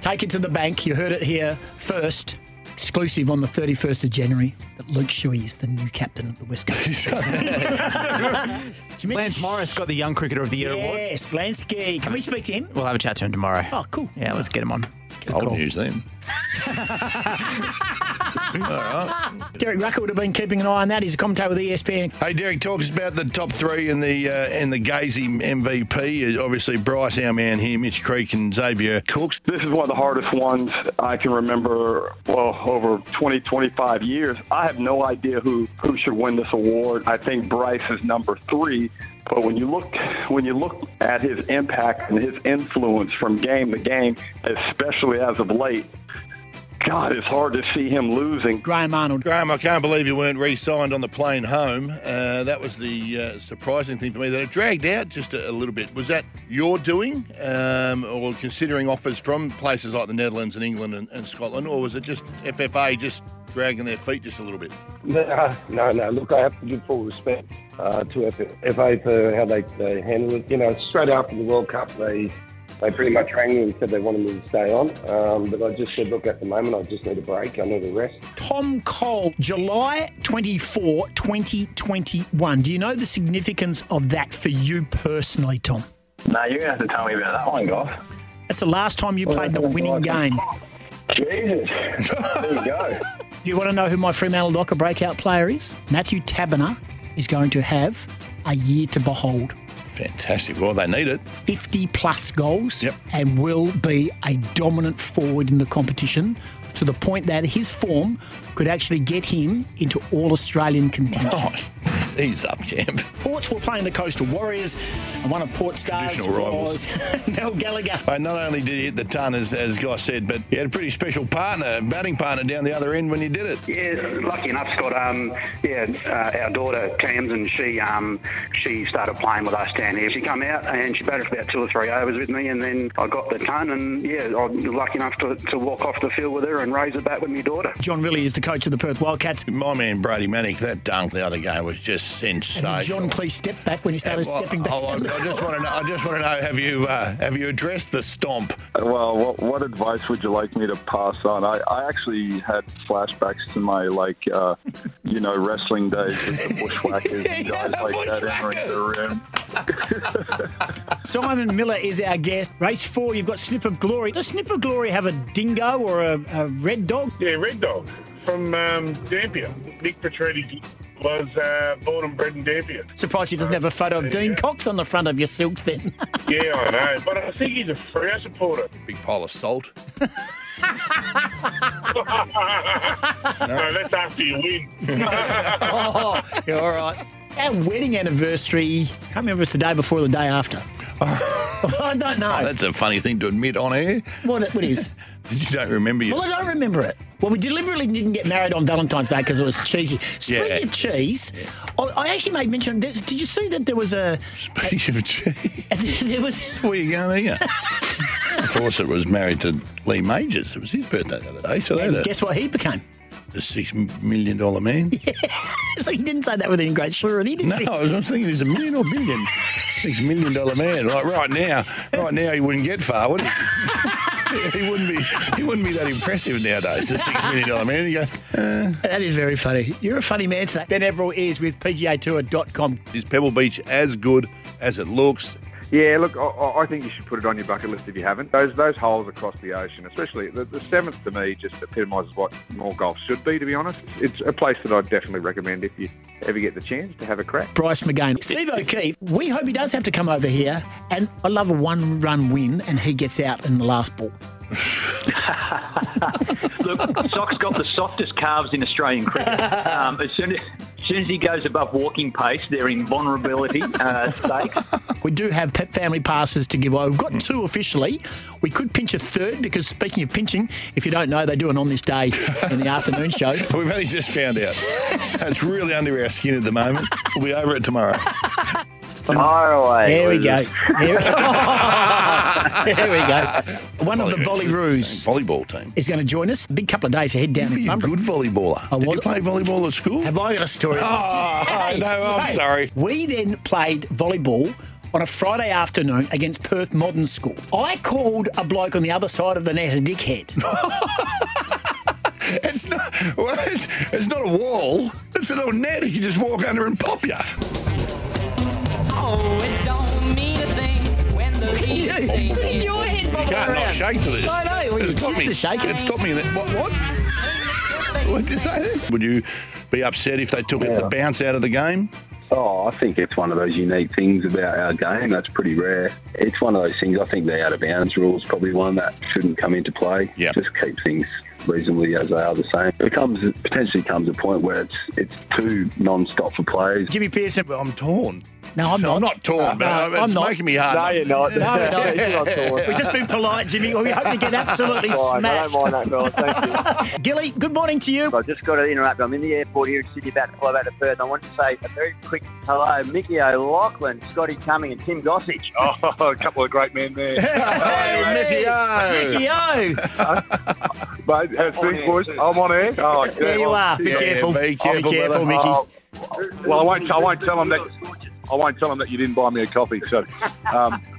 Take it to the bank. You heard it here first. Exclusive on the 31st of January that Luke Shuey is the new captain of the West Coast. Lance Morris got the Young Cricketer of the Year award. Yes, Lansky. Can we speak to him? We'll have a chat to him tomorrow. Oh, cool. Yeah, let's get him on. Old news then. Derek Rucker would have been keeping an eye on that. He's a commentator with E ESPN. Hey, Derek, talk us about the top three and the uh, and the Gazy MVP. Uh, Obviously, Bryce, our man here, Mitch Creek, and Xavier Cooks. This is one of the hardest ones I can remember, well, over 20, 25 years. I have no idea who, who should win this award. I think Bryce is number three. But when you look when you look at his impact and his influence from game to game, especially as of late, God, it's hard to see him losing. Graham Arnold. Graham, I can't believe you weren't re-signed on the plane home. Uh, that was the uh, surprising thing for me. That it dragged out just a, a little bit. Was that your doing, um, or considering offers from places like the Netherlands and England and, and Scotland, or was it just FFA just dragging their feet just a little bit? No, no, no. Look, I have to give full respect uh, to F- FA for how they, they handled it. You know, straight after the World Cup, they they pretty much rang me and said they wanted me to stay on. Um, but I just said, look, at the moment, I just need a break. I need a rest. Tom Cole, July 24, 2021. Do you know the significance of that for you personally, Tom? No, you're going to have to tell me about that one, Goff. That's the last time you played in a winning game. Jesus. there you go. Do you want to know who my Fremantle Docker breakout player is? Matthew Tabiner is going to have a year to behold. Fantastic. Well, they need it. 50 plus goals Yep. and will be a dominant forward in the competition to the point that his form could actually get him into all Australian contention. Oh, he's up, champ. Ports were playing the Coastal Warriors, and one of Port Stars Traditional rivals. was Mel Gallagher. But not only did he hit the ton, as, as Guy said, but he had a pretty special partner, batting partner down the other end when he did it. Yeah, lucky enough, Scott. Um, yeah, uh, our daughter Cam's and she um, she started playing with us down here. She come out and she batted for about two or three overs with me, and then I got the ton, and yeah, I'm lucky enough to, to walk off the field with her and raise a bat with my daughter. John Riley is the coach of the Perth Wildcats. My man Brady Manick, that dunk the other game was just And sensational. did John Cleese step back when he started Well, stepping back. I, I, I just want to know. I just want to know. Have you uh, have you addressed the stomp? Well, what, what advice would you like me to pass on? I, I actually had flashbacks to my like, uh, you know, wrestling days with the bushwhackers and guys Yeah, like that entering the bushwhackers. room. Simon Miller is our guest. Race four, you've got Snip of Glory. Does Snip of Glory have a dingo or a, a red dog? Yeah, Red Dog from um, Dampier. Nick Petretti was uh, born and bred in Dampier. Surprised he doesn't have a photo of Dean Cox on the front of your silks then. Yeah, I know, but I think he's a Freo supporter. Big pile of salt. No, that's after you win. oh, you're all right. Our wedding anniversary, can't remember if it's the day before or the day after. I don't know. That's a funny thing to admit on air. What it, what it is. You don't remember Well, you. I don't remember it. Well, we deliberately didn't get married on Valentine's Day because it was cheesy. Speaking Yeah. of cheese, I, I actually made mention. Did you see that there was a Speaking of cheese, there was where you going here? of course, it was married to Lee Majors. It was his birthday the other day, so they had a, guess what he became? a six million dollar man. He didn't say that with any great surety, did No, he? I was, I was thinking he's a million or billion. Six million dollar man. Like right now, right now he wouldn't get far, would he? he wouldn't be. He wouldn't be that impressive nowadays. The six million dollar man. You go. Uh, That is very funny. You're a funny man today. Ben Everill is with PGAtour.com. is Pebble Beach as good as it looks? Yeah, look, I- I, I think you should put it on your bucket list if you haven't. Those those holes across the ocean, especially the, the seventh to me, just epitomises what more golf should be. To be honest, it's a place that I'd definitely recommend if you ever get the chance to have a crack. Bryce McGain. Steve O'Keefe, we hope he does have to come over here. And I love a one run win and he gets out in the last ball. Look, Sock's got the softest calves in Australian cricket. Um, as, soon as, soon as he goes above walking pace, they're in vulnerability uh, stakes. We do have pet family passes to give away. We've got two officially. We could pinch a third because, speaking of pinching, if you don't know, they do an on this day in the afternoon show. We've only just found out. So it's really under our skin at the moment. We'll be over it tomorrow. Tomorrow away. There we go. There, there we go. One of the Volleroos Volleyball team. is going to join us. Big couple of days ahead down in Be a Bunbury. good volleyballer. Did you play volleyball at school? Have I got a story? Oh, no, I'm sorry. We then played volleyball on a Friday afternoon against Perth Modern School. I called a bloke on the other side of the net a dickhead. It's not. Well, it's, it's not a wall. It's a little net. You just walk under and pop you. Oh, it don't mean a thing when the leaves sing. Your head You bobbing can't not around. shake to this. I know. Well, it's your got tits me. are shaking. It's got me. in it. What? What? What'd you say? There? Would you be upset if they took it the bounce out of the game? Oh, I think it's one of those unique things about our game. That's pretty rare. It's one of those things. I think the out of bounds rules probably one that shouldn't come into play. Yeah. Just keep things reasonably as they are the same. It comes potentially comes a point where it's it's too non-stop for players. Jimmy Pearson. Well, I'm torn. No, I'm So not. I'm not torn, but No, I'm- it's I'm not. making me hard. No, you're not. No, we're not. Yeah. We've just been polite, Jimmy. We hope you get absolutely Fine, I smashed. don't mind that, fella. Thank you. Gilly, good morning to you. I've just got to interrupt. I'm in the airport here in Sydney, about to fly back to Perth. And I want to say a very quick hello, Mickey O'Loughlin, Scotty Cumming, and Tim Gossage. Oh, a couple of great men there. Mickey O. Mickey O. Mate, how's things, boys? I'm on air. Oh, There you are. Be Yeah, careful. be careful, careful, Mickey. brother. Oh, well, I won't. I won't tell them that. I won't tell them that you didn't buy me a coffee. So, um,